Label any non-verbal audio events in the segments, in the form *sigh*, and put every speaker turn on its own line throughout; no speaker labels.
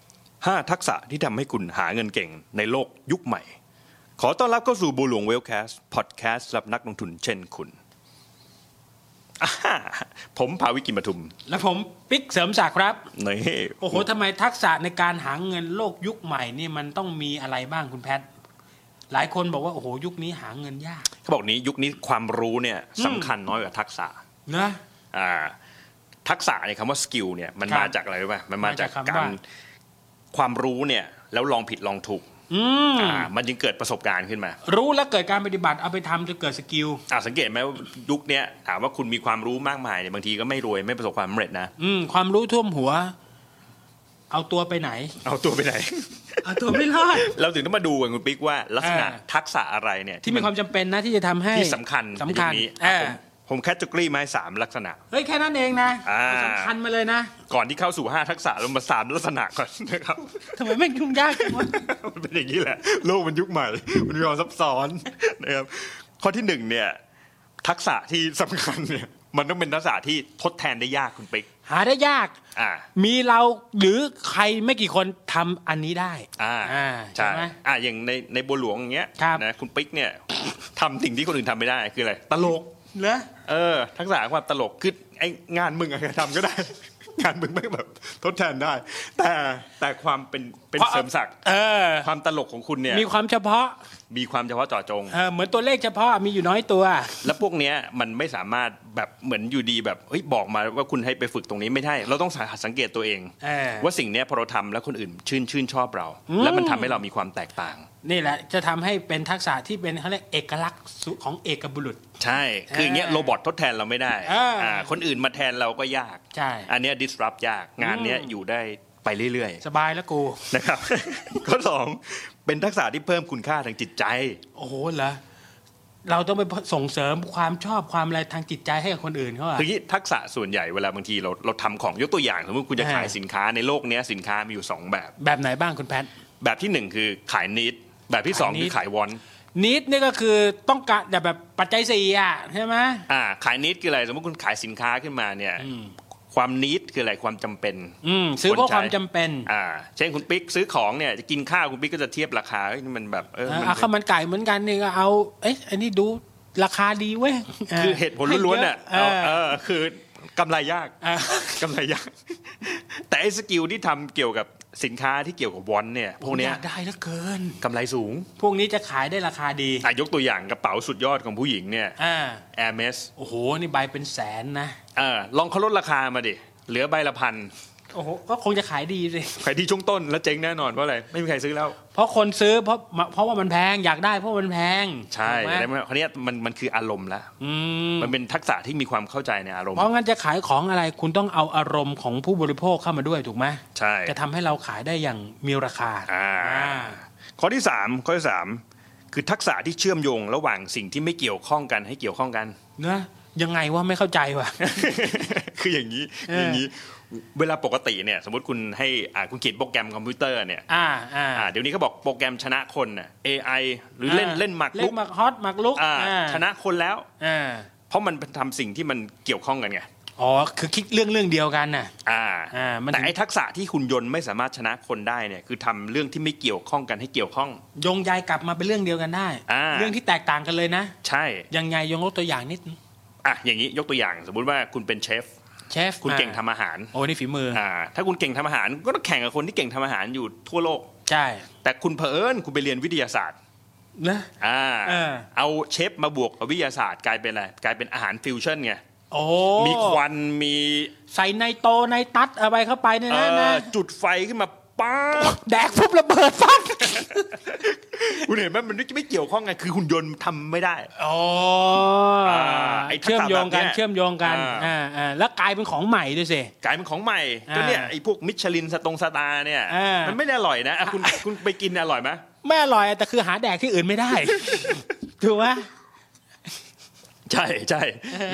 5 ทักษะที่ทำให้คุณหาเงินเก่งในโลกยุคใหม่ ขอต้อนรับเข้าสู่บูหลวงเวลแคสต์พอดแคสต์สำหรับนักลงทุนเช่นคุณอ่าฮ่าผมภาวิกิมปทุม
แล้วผมปิ๊กเสริมศักดิ์ครับ
นี่
โอ้โหทำไมทักษะในการหาเงินโลกยุคใหม่นี่มันต้องมีอะไรบ้างคุณแพทย์หลายคนบอกว่าโอ้โหยุคนี้หาเงินยาก
เขาบอกนี้ยุคนี้ความรู้เนี่ยสำคัญน้อยกว่าทักษะ
นะ
อ่าทักษะเนี่ยคำว่าสกิลเนี่ยมัน
ครับ
มาจากอะไรรู้ป่ะมันมาจาก
มาจากคำ
การ
ว่า
ความรู้เนี่ยแล้วลองผิดลองถูก
อืม
อ่ามันจึงเกิดประสบการณ์ขึ้นมา
รู้แล้วเกิดการปฏิบัติเอาไปทำจะเกิดสกิล
อ่าสังเกตไหมว่ายุคเนี้ยถามว่าคุณมีความรู้มากมายเนี่ยบางทีก็ไม่รวยไม่ประสบความสำเร็จนะ
อืมความรู้ท่วมหัว เอาตัวไปไหน
เอาตัวไปไหน
เอาตัวไม่รอด
*laughs* เราถึงต้องมาดูกันคุณปิ๊กว่าลักษณะ
อ่า
ทักษะอะไรเนี่ย
ที่มีความจำเป็นนะที่จะทำให้
ที่สำคัญ
สำ
ในยุ
คัญ
คนี้
เอ
อ่ะ
อ
ผมผมแคตตากรีมาให้สามลักษณะ
เฮ้ยแค่นั้นเองนะ
อ่า
เอาสำคัญมาเลยนะ
ก่อนที่เข้าสู่ห้าทักษะเรามาสามลักษณะก่อน *laughs* นะครับ
ทำไมไม่งยุ่งยากจังวะ
มันเป็นอย่างนี้แหละ โลกมันยุคใหม่ *laughs* มันมีความซับซ้อน *laughs* นะครับข้อที่หนึ่งเนี่ย ทักษะที่สำคัญเนี่ย *laughs* มันต้องเป็นทักษะที่ทดแทนได้ยากคุณปิ๊ก
หาได้ยาก
อ่า
มีเราหรือใครไม่กี่คนทำอันนี้ได้
อ่า
อ่าใช่
ใช่
ไหม
อ่าอย่างในในบัวหลวงอย่างเงี้ย
ครับ
นะคุณปิ๊กเนี่ย *coughs* ทำสิ่งที่คนอื่นทำไม่ได้คืออะไรตลก
เหรอ
เออ ทักษะความตลกคือไองานมึงอะทำก็ได้ *laughs* งานมึงไม่แบบ ทดแทนได้ แต่แต่ความเป็นเป็น
เพราะ
เสริมศักดิ์
เออ
ความตลกของคุณเนี่ย
มีความเฉพาะ
มีความเฉพาะเจาะจง
เออเหมือนตัวเลขเฉพาะมีอยู่น้อยตัว
แล้วพวกเนี้ยมันไม่สามารถแบบเหมือนอยู่ดีแบบเฮ้ยบอกมาว่าคุณให้ไปฝึกตรงนี้ไม่ได้ เราต้องหัดสังเกตตัวเอง
เออ
ว่าสิ่งเนี้ยพอเราทำแล้วคนอื่นชื่นชื่นชอบเรา แล้วมันทำให้เรามีความแตกต่าง
นี่แหละจะทำให้เป็นทักษะที่เป็นเขาเรียกเอกลักษณ์สุของเอกบุรุษ
ใช่ คืออย่างเงี้ย
เออ
โรบอททดแทนเราไม่ได้
เอออ่
าคนอื่นมาแทนเราก็ยาก
ใช่
อันเนี้ย disrupt ยากงานเนี้ยอยู่ได้ไปเรื่อย
สบายแล้วกู
ๆนะครับ *laughs* ข้อสองเป็นทักษะที่เพิ่มคุณค่าทางจิตใจ
โอ้โหเหรอเราต้องไปส่งเสริมความชอบความอะไรทางจิตใจให้กับคนอื่นเขาอะ
คืออย่างนี้ทักษะส่วนใหญ่เวลาบางทีเราเราทำของยกตัวอย่างสมมติคุณจะ
เออ
ขายสินค้าในโลกเนี้ยสินค้ามีอยู่สองแบบ
แบบไหนบ้างคุณแพท
แบบที่หนึ่งคือขายนิดแบบที่สอง
ขายนิด
คือขายวอน
นิดนี่ก็คือต้องการแต่แบบปัจจัยสี่อะใช่ไหม
อ่าขายนิดคืออะไรสมมติคุณขายสินค้าขึ้นมาเนี่ยความนิดคืออะไรความจำเป็น
อืมซื้อเพราะ
ใช้
ความจำเป็น
อ่าเช่นคุณปิ๊กซื้อของเนี่ยจะกินข้าวคุณปิ๊กก็จะเทียบราคาเอ้ยนี่มันแบบเออ
เออ
มัน
เอาข้าวมันไก่เหมือนกันนี่ก็เอา เอ๊ะอันนี้ดูราคาดีเว้ย
คือเหตุผลล้วนๆอ่ะ
เอ
เอา
อ
เออคือกำไรยาก
เออ
กำไร
*laughs*
ยาก แต่ไอ้สกิลที่ทำเกี่ยวกับสินค้าที่เกี่ยวกับวอนเนี่ยพวกเนี้
อย ยากได้เหลือเกิน
กำไรสูง
พวกนี้จะขายได้ราคาดี
อ่ะยกตัวอย่างกระเป๋าสุดยอดของผู้หญิงเนี่ย
อ่า
Hermes
โอ้โห นี่ใบเป็นแสนนะ
เออลองเขาลดราคามาดิเหลือใบละพัน
โอ้โห ก็คงจะขายดีสิ
ขายดีช่วงต้นแล้วเจ๊งแน่นอนเพราะอะไรไม่มีใครซื้อแล้ว
เพราะคนซื้อเพราะเพราะว่ามันแพง อยากได้เพราะมันแพง
ใช่
ถูกไหม
แล้วมันคราวเนี้ยมันมันคืออารมณ์ละ
อืม
มันเป็นทักษะที่มีความเข้าใจในอารม
เพ
ณ์
ราะงั้นจะขายของอะไรคุณต้องเอาอารมณ์ของผู้บริโภคเข้ามาด้วยถูกไหม
ใช่
จะทำให้เราขายได้อย่างมีราคา
อ่า
อ่า
ข้อที่สามข้อที่สามคือทักษะที่เชื่อมโยงระหว่างสิ่งที่ไม่เกี่ยวข้องกันให้เกี่ยวข้องกัน
เนอะยังไงว่าไม่เข้าใจว่ะ
*laughs* คืออย่างนี้
เอออ
อย่างนี้เวลาปกติเนี่ยสมมติคุณให้อ่าคุณเขียนโปรแกรมคอมพิวเตอร์เนี่ย
อ่าอ่า
อ่าเดี๋ยวนี้เขาบอกโปรแกรมชนะคนน่ะ AI หรือเล่นเล่นหมาก
เล่
รุก
นหมากฮอตหมากลุก
อ่า
อ่า
ชนะคนแล้ว
อ่า
เพราะมันทำสิ่งที่มันเกี่ยวข้องกันไง
อ๋อคือคิดเรื่องเรื่องเดียวกันน่ะ
อ่า
อ่ามันถึง
แต่ไอ้ทักษะที่หุ่นยนต์ไม่สามารถชนะคนได้เนี่ยคือทำเรื่องที่ไม่เกี่ยวข้องกันให้เกี่ยวข้อง
โยงใยกลับมาเป็นเรื่องเดียวกันได้
อ่า
เรื่องที่แตกต่างกันเลยนะ
ใช่
ยังไงยงยกตัวอย่างนิด
อ่ะอย่างนี้ยกตัวอย่างสมมุติว่าคุณเป็นเชฟ
เชฟ
คุณ
อ่า
เก่งทำอาหาร
โอ้นี่ฝีมืออ
อ่าถ้าคุณเก่งทำอาหารก็ต้องแข่งกับคนที่เก่งทำอาหารอยู่ทั่วโลก
ใช่
แต่คุณเผอิญคุณไปเรียนวิทยาศาสตร์
นะ
อ่า
เออ
เอาเชฟมาบวกกับวิทยาศาสตร์กลายเป็นอะไรกลายเป็นอาหารฟิวชั่นไง
โอ้
มีควันมี
ใส่ในโตในตัดอะไรเข้าไปเนี่ย
เอ่
นะนะ
อจุดไฟขึ้นมาป้าบ
แดกปุ๊บระเบิดฟัน
คุณเห็นไหมมันไม่เกี่ยวข้องกันคือหุ่นยนต์ทำไม่ได้
โอ้
อ่าไอ้ทักษะ
เชื่อมโยงกัน
แบบเนี้ย
เชื่อมโยงกัน
อ่า
อ่าอ่าแล้วกลายเป็นของใหม่ด้วยสิ
กลายเป็นของใหม่
อ่า
ก็เนี่ยไอ้พวกมิชลินสตงสตาร์เนี่ย
อ่ามั
มันไม่ได้อร่อยนะอ่ะคุณคุณไปกินอร่อยไหม
ไม่อร่อยแต่คือหาแดกที่อื่นไม่ *laughs* ได้ ถูกไหม
ใช่ใช่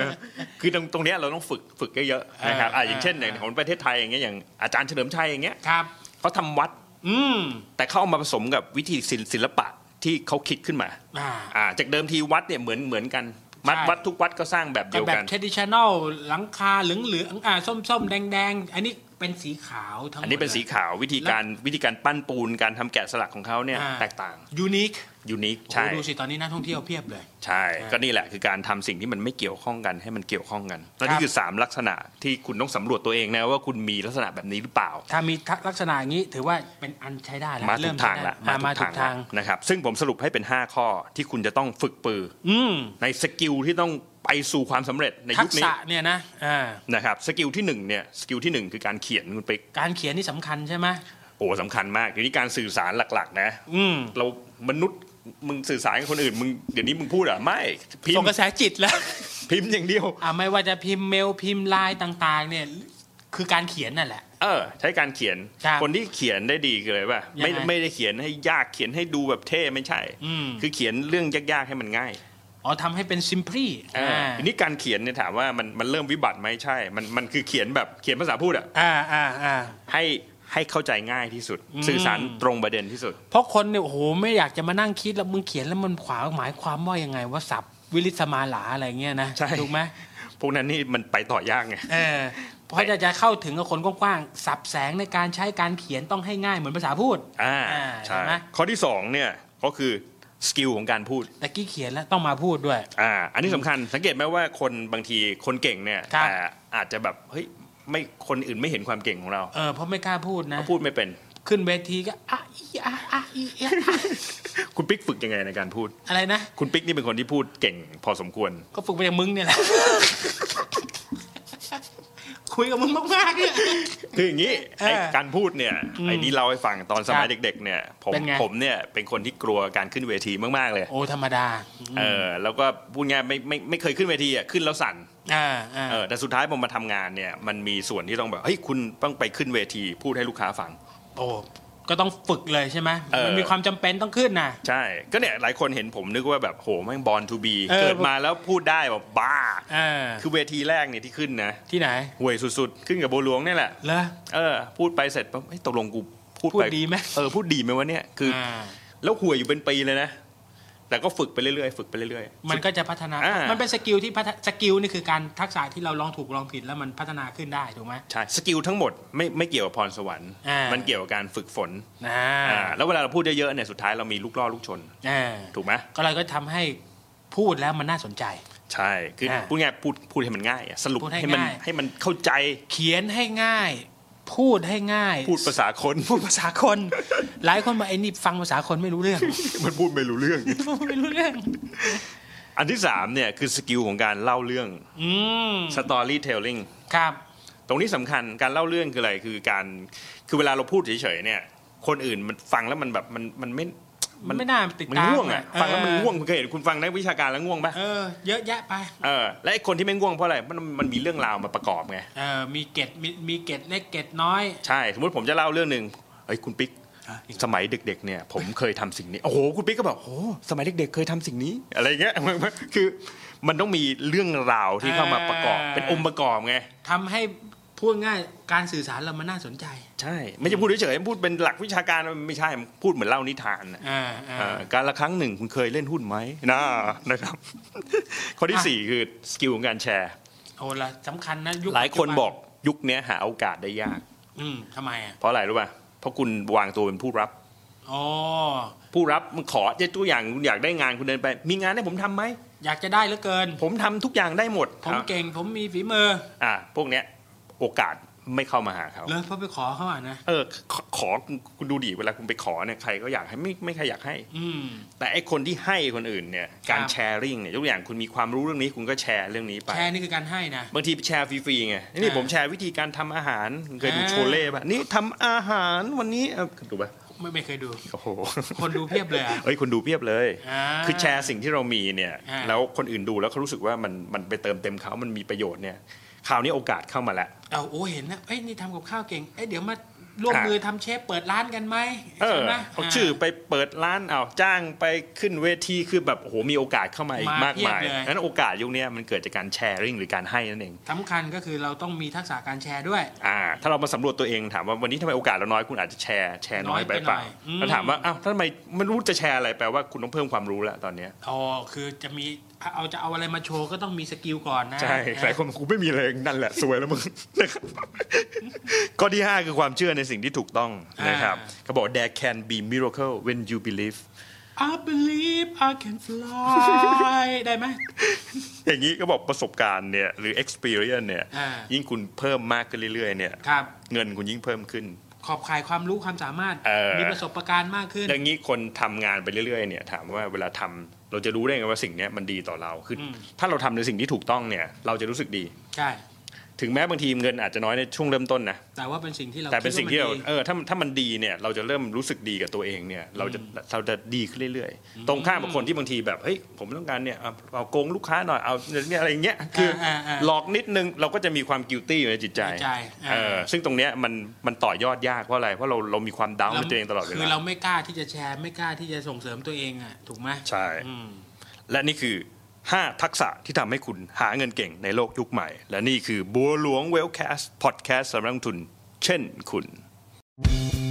นะคือตรงตรงเนี้ยเราต้องฝึกฝึกเยอะๆนะครับ
อ่า
อ่ะอย่างเช่นอ
อ่า
ย่างของประเทศไทยอย่างเงี้ยอย่างอาจารย์เฉลิมชัยอย่างเงี้ย
ครับ
เขาทำวัด
อืม
แต่เขาเอามาผสมกับวิธีศิลศิลปะที่เขาคิดขึ้นมา
อ่า
อ่าจากเดิมทีวัดเนี่ยเหมือนเหมือนกันมัด
ใช่
วัดทุกวัดก็สร้างแบบ
กั
เดี
บ
ยว
แบบ
กัน
traditional หลังคาเหลืองๆอ่าส้มๆ แดงๆ อันนี้ เป็นสีขาวทั้งหมด
อันนี้เป็นสี
ลย
ขาววิธีการวิธีการปั้นปูนการทำแกะสลักของเขาเนี่ย
อ่า
แตกต่าง
ยูนิค
ยูนิค
โอ้โห
ใช่
ดูสิตอนนี้นักท่องเที่ยวเพียบเลย
ใช่ ก็นี่แหละคือการทำสิ่งที่มันไม่เกี่ยวข้องกันให้มันเกี่ยวข้องกันและ
ครั
นี่
บ
คือ 3 ลักษณะที่คุณต้องสำรวจตัวเองนะว่าคุณมีลักษณะแบบนี้หรือเปล่า
ถ้ามีทักษลักษณะอย่างนี้ถือว่าเป็นอันใช้ได้แล้ว
มาถู
เริ่
ก
ใช้
ทาง
ได้
ละ
อ่มาถูกทาง
ละนะครับ ซึ่งผมสรุปให้เป็น 5 ข้อที่คุณจะต้องฝึกปือ
อืม
ในสกิลที่ต้องไปสู่ความสำเร็จใน
ทั
ยุ
ก
คนี้
ษะเนี่ยนะอ่า
นะครับสกิลที่1เนี่ยสกิลทีหนึ่งคือการเขียนคุณไปก
การเขียนนี่สำคัญใช่ไหม
โอ้สำคัญมากทีนี้การสื่อสารหลักๆ นะ
อืม
เรามนุษย์มึงสื่อสารกับคนอื่นมึงเดี๋ยวนี้มึงพูดเหรอไม่พิม
ส่ง
พ์
กระแสจิตแล้ว
พิมพ์อย่างเดียว
อ่าไม่ว่าจะพิมพ์เมลพิมพ์ไลน์ต่างๆ เนี่ย คือการเขียนนั่นแหละ
เออ ใช้การเขียน
ครับ
นที่เขียนได้ดีคืออะไรป่ะไม่
ยังไง
ไม่ได้เขียนให้ยากเขียนให้ดูแบบเท่ไม่ใช่
อืม
คือเขียนเรื่องยากๆให้มันง่าย
อ๋อทำให้เป็นซิมพลี
อ่าทีนี้การเขียนเนี่ยถามว่ามันมันเริ่มวิบัติไหมใช่ มันมันคือเขียนแบบเขียนภาษาพูดอะ
อ่าอ่าอ่า
ให้ให้เข้าใจง่ายที่สุด
อืม
สื่อสารตรงประเด็นที่สุด
เพราะคนเนี่ยโอ้โหไม่อยากจะมานั่งคิดแล้วมึงเขียนแล้วมันขวาหมายความว่ายังไงว่าสับวิริสมาหลาอะไรเงี้ยนะ
ใช่
ถูกไหม
พวกนั้นนี่มันไปต่อยากไง
เออเพราะจะจะเข้าถึงกับคนกว้างๆสับแสงในการใช้การเขียนต้องให้ง่ายเหมือนภาษาพูด
อ่า
อ่า
ใช่
เห็นไหม
ข้อที่สองเนี่ยก็คือสกิลของการพูด
แต่กี้เขียนแล้วต้องมาพูดด้วย
อ่าอันนี้สำคัญสังเกตไหมว่าคนบางทีคนเก่งเนี่ย
ครับ
แต่อาจจะแบบเฮ้ยไม่คนอื่นไม่เห็นความเก่งของเรา
เออเพราะไม่กล้าพูดนะ
เขาพูดไม่เป็น
ขึ้นเวทีก็อ่ะอีอ่ะอ่ะอีอ่ะอ่ะ
คุณปิ๊กฝึกยังไงในการพูด
อะไรนะ
คุณปิ๊กนี่เป็นคนที่พูดเก่งพอสมควร
ก็ฝึกมาจากมึงเนี่ยแหละ *laughs* คุยกับมึงมากๆเนี่ย
คืออย่างนี้
เออ
ไอ้การพูดเนี่ยไอ้นี่เล่าให้ฟังตอนสมัย
ครับ
เด็ก ๆ เนี่ย ผม
เป็นไง
ผมเนี่ยเป็นคนที่กลัวการขึ้นเวทีมากๆเลย
โอ้ธรรมดา
เออแล้วก็พูดง่ายไม่ไม่ไม่เคยขึ้นเวทีอ่ะขึ้นแล้วสั่น
อ่าอ่า
เออแต่สุดท้ายผมมาทำงานเนี่ยมันมีส่วนที่ต้องแบบเฮ้ยคุณต้องไปขึ้นเวทีพูดให้ลูกค้าฟัง
โอ้ก็ต้องฝึกเลยใช่ไหม
เออ
มันมีความจำเป็นต้องขึ้นนะ
ใช่ ก็เนี่ยหลายคนเห็นผมนึกว่าแบบโหแม่งบอลทูบี
เออ
เกิดมาแล้วพูดได้แบบบ้า
เออ
คือเวทีแรกเนี่ยที่ขึ้นนะ
ที่ไหน
ห่วยสุดๆ ขึ้นกับโบวหลวงเนี่ยแหละ
เหรอ
เออ พูดไปเสร็จปั๊บเฮ้ยตกลงกูพูด
พูด
ไป
ดีไหม
เออพูดดีไหมวะเนี่ยคือ
อ่า
แล้วห่วยอยู่เป็นปีเลยนะ แต่ก็ฝึกไปเรื่อยๆ ฝึกไปเรื่อย
มันก็จะพัฒนา
อ่ามั
มันเป็นสกิลที่พัฒสกิลนี่คือการทักษะที่เราลองถูกลองผิดแล้วมันพัฒนาขึ้นได้ถูกไหม
ๆ ใช่ สกิลทั้งหมดไม่ไม่เกี่ยวกับพรสวรรค์
อ่ามั
มันเกี่ยวกับการฝึกฝน
อ่า
อ่าแล้วเวลาเราพูดเยอะๆเนี่ย สุดท้ายเรามีลูกล่อลูกชน
อ่า
ถูกไหม
ก็เลยก็ทำให้พูดแล้วมันน่าสนใจ
ใช่ คืออา พูดง่ายพูดพูดให้มันง่ายอะสรุป
พูดให้
มัน
ง่าย
ให้มันเข้าใจ
เขียนให้ง่าย พูดให้ง่าย
พูดภาษาคน *laughs*
พูดภาษาคน หลายคนมาไอ้นี่ฟังภาษาคนไม่รู้เรื่อง
มันพูดไม่รู้เรื่อง
ไม่รู้เรื่อง
อันที่สามเนี่ยคือสกิลของการเล่าเรื่อง
อืม
storytelling
ครับ
ตรงนี้สำคัญการเล่าเรื่องคืออะไรคือการคือเวลาเราพูดเฉยๆเนี่ยคนอื่นมันฟังแล้วมันแบบมันมันไม่
มันไม่น่าติด
มัน
ตาม
ง่วงอ่ะ
เ
ฟังแล้วมันง่วงคุณเคยเห็นคุณฟังนักวิชาการแล้วง่วงปะ
เออ เยอะแยะไป
เออและไอ้คนที่ไม่ง่วงเพราะอะไรมันมันมีเรื่องราวมาประกอบไง
เออ มีเกตมีมีเกตเล็กเกตน้อย
ใช่ สมมติผมจะเล่าเรื่องหนึ่งเอ้ยคุณปิ๊กสมัยเด็ก ๆ เนี่ย ผมเคยทำสิ่งนี้โอ้โหคุณปิ๊กก็แบบโอ้โหสมัยเด็ก ๆ เคยทำสิ่งนี้ อะไรเงี้ย *laughs* คือมันต้องมีเรื่องราวที่เข้ามาประกอบ
อ่า
เป็นองค์ประกอบไง
ทำให้พูดง่ายการสื่อสารเรามันน่าสนใจ
ใช่ ไม่ใช่พูดเฉยๆพูดเป็นหลักวิชาการมันไม่ใช่มันพูดเหมือนเล่านิทานน่ะ
อ่าอ่า
เออการละครั้งหนึ่งคุณเคยเล่นหุ้นไหมนะนะครับ *laughs* ข้อที่สี่คือสกิลของการแชร์
โอ้ละสำคัญนะยุค
หลายคน
ปัจจุ
บอกยุคเนี้ยหาโอกาสได้ยาก
อืมทำไมอ่ะ
เพราะอะไรรู้ป่ะเพราะคุณวางตัวเป็นผู้รับ
อ๋อ
ผู้รับมึงขอจะตัวอย่างคุณอยากได้งานคุณเดินไป มีงานให้ผมทำไหม
อยากจะได้เหลือเกิน
ผมทำทุกอย่างได้หมด
ผม
อ่ะ
เก่งผมมีฝีมือ
อ่ะพวกเนี้ยโอกาสไม่เข้ามาหาเขา
เลยเพราะไปขอเขาอ่ะนะ
เออขอขอคุณดูดิเวลาคุณไปขอเนี่ยใครก็อยากให้ไม่ไม่ใครอยากให้
อืม
แต่ไอคนที่ให้คนอื่นเนี่ยการ
ครับ
แชร์ริงเนี่ยยกตัวอย่างคุณมีความรู้เรื่องนี้คุณก็แชร์เรื่องนี้ไป
แค่นี้คือการให้นะ
บางทีแชร์ฟรีๆไงนี่
อ่า
ผมแชร์วิธีการทำอาหารคุณเคยดู
อ่า
โชเล่ป่ะนี่ทำอาหารวันนี้เออดูป่ะ
ไม่ไม่เคยดู
โอ้โห *laughs*
คนดูเพียบเลยอ่ะ
เอ้ยคนดูเพียบเลย
อ่า
*laughs* คือแชร์สิ่งที่เรามีเนี่ย
อ่า
แล้วคนอื่นดูแล้วเขารู้สึกว่ามันมันไปเติมเต็มเขามันมีประโยชน์เนี่ย คราวนี้โอกาสเข้ามาแล้ว
เอาโอ้เห็นนะเอ้ยนี่ทำกับข้าวเก่งเอ้ยเดี๋ยวมา ร่วม
ฮะ
มือทำเชฟเปิดร้านกันไหม
เออ
ใช่ไหม
เอาชื่อไปเปิดร้านเอาจ้างไปขึ้นเวทีคือแบบโอ้โหมีโอกาสเข้ามาอีกมากมายนั้นโอกาสยุคเนี้ยมันเกิดจากการแชร์ริ่งหรือการให้นั่นเอง
สำคัญก็คือเราต้องมีทักษะการแชร์ด้วย
อ่าถ้าเรามาสำรวจตัวเองถามว่าวันนี้ทำไมโอกาสเราน้อยคุณอาจจะแชร์แชร์น้อยไปเปล่า
น้อยไปหน่อยอืม
แล้วถามว่าอ้าวทำไมไม่รู้จะแชร์อะไรแปลว่าคุณต้องเพิ่มความรู้แล้วตอนเนี้ย
อ๋อคือจะมีเอาจะเอาอะไรมาโชว์ก็ต้องมีสกิลก่อนนะ
ใช่หลายคนบอกกูไม่มีเลยนั่น *laughs* แหละสวยแล้วมึงนะครับข้อที่ 5 คือความเชื่อในสิ่งที่ถูกต้องนะครับเขาบอก there can be miracle when you believe
อ่ะ I believe I can fly *laughs* ได้ไหม
อย่างนี้ก็บอกประสบการณ์เนี่ยหรือ experience เนี่ย
อ่า
ยิ่งคุณเพิ่มมากขึ้นเรื่อยๆเนี่ย
ครับ
เงินคุณยิ่งเพิ่มขึ้น
ขอบข่ายความรู้ความสามารถ
เออ
มีประสบการณ์มากขึ้น
ดังนี้คนทำงานไปเรื่อยๆเนี่ยถามว่าเวลาทำเราจะรู้ได้ไงว่าสิ่งเนี้ยมันดีต่อเราคืออ
ม
ถ้าเราทำในสิ่งที่ถูกต้องเนี่ย เราจะรู้สึกดี
ใช่
ถึงแม้บางทีเงินอาจจะน้อยในช่วงเริ่มต้นนะ
แต่ว่าเป็นสิ่งที่เรา
แต่เป็นสิ่งที่เรา
คิดว่มันดี
เออถ้าถ้ามันดีเนี่ยเราจะเริ่มรู้สึกดีกับตัวเองเนี่ยเราจะเราจะดีขึ้นเรื่อยๆ ตรงข้ามกับคนที่บางทีแบบเฮ้ยผมต้องการเนี่ยเอาเอาโกงลูกค้าหน่อยเอาเนี่ยอะไรอย่างเงี้ยคืออา
อ่า
หลอกนิดนึงเราก็จะมีความกิลตี้อยู่ในจิตใจ
ในใจอ่า
เออซึ่งตรงเนี้ยมันมันต่อยอดยากเพราะอะไรเพราะเราเรามีความดาวน์ในตัวเองตลอดเว
คือ
ลา
เราไม่กล้าที่จะแชร์ไม่กล้าที่จะส่งเสริมตัวเองอ่ะถูกไหม
ใช่
อืม
และนี่คือ 5 ทักษะที่ทำให้คุณหาเงินเก่งในโลกยุคใหม่ และนี่คือบัวหลวงเวลแคสต์พอดแคสต์สำหรับนักลงทุน เช่นคุณ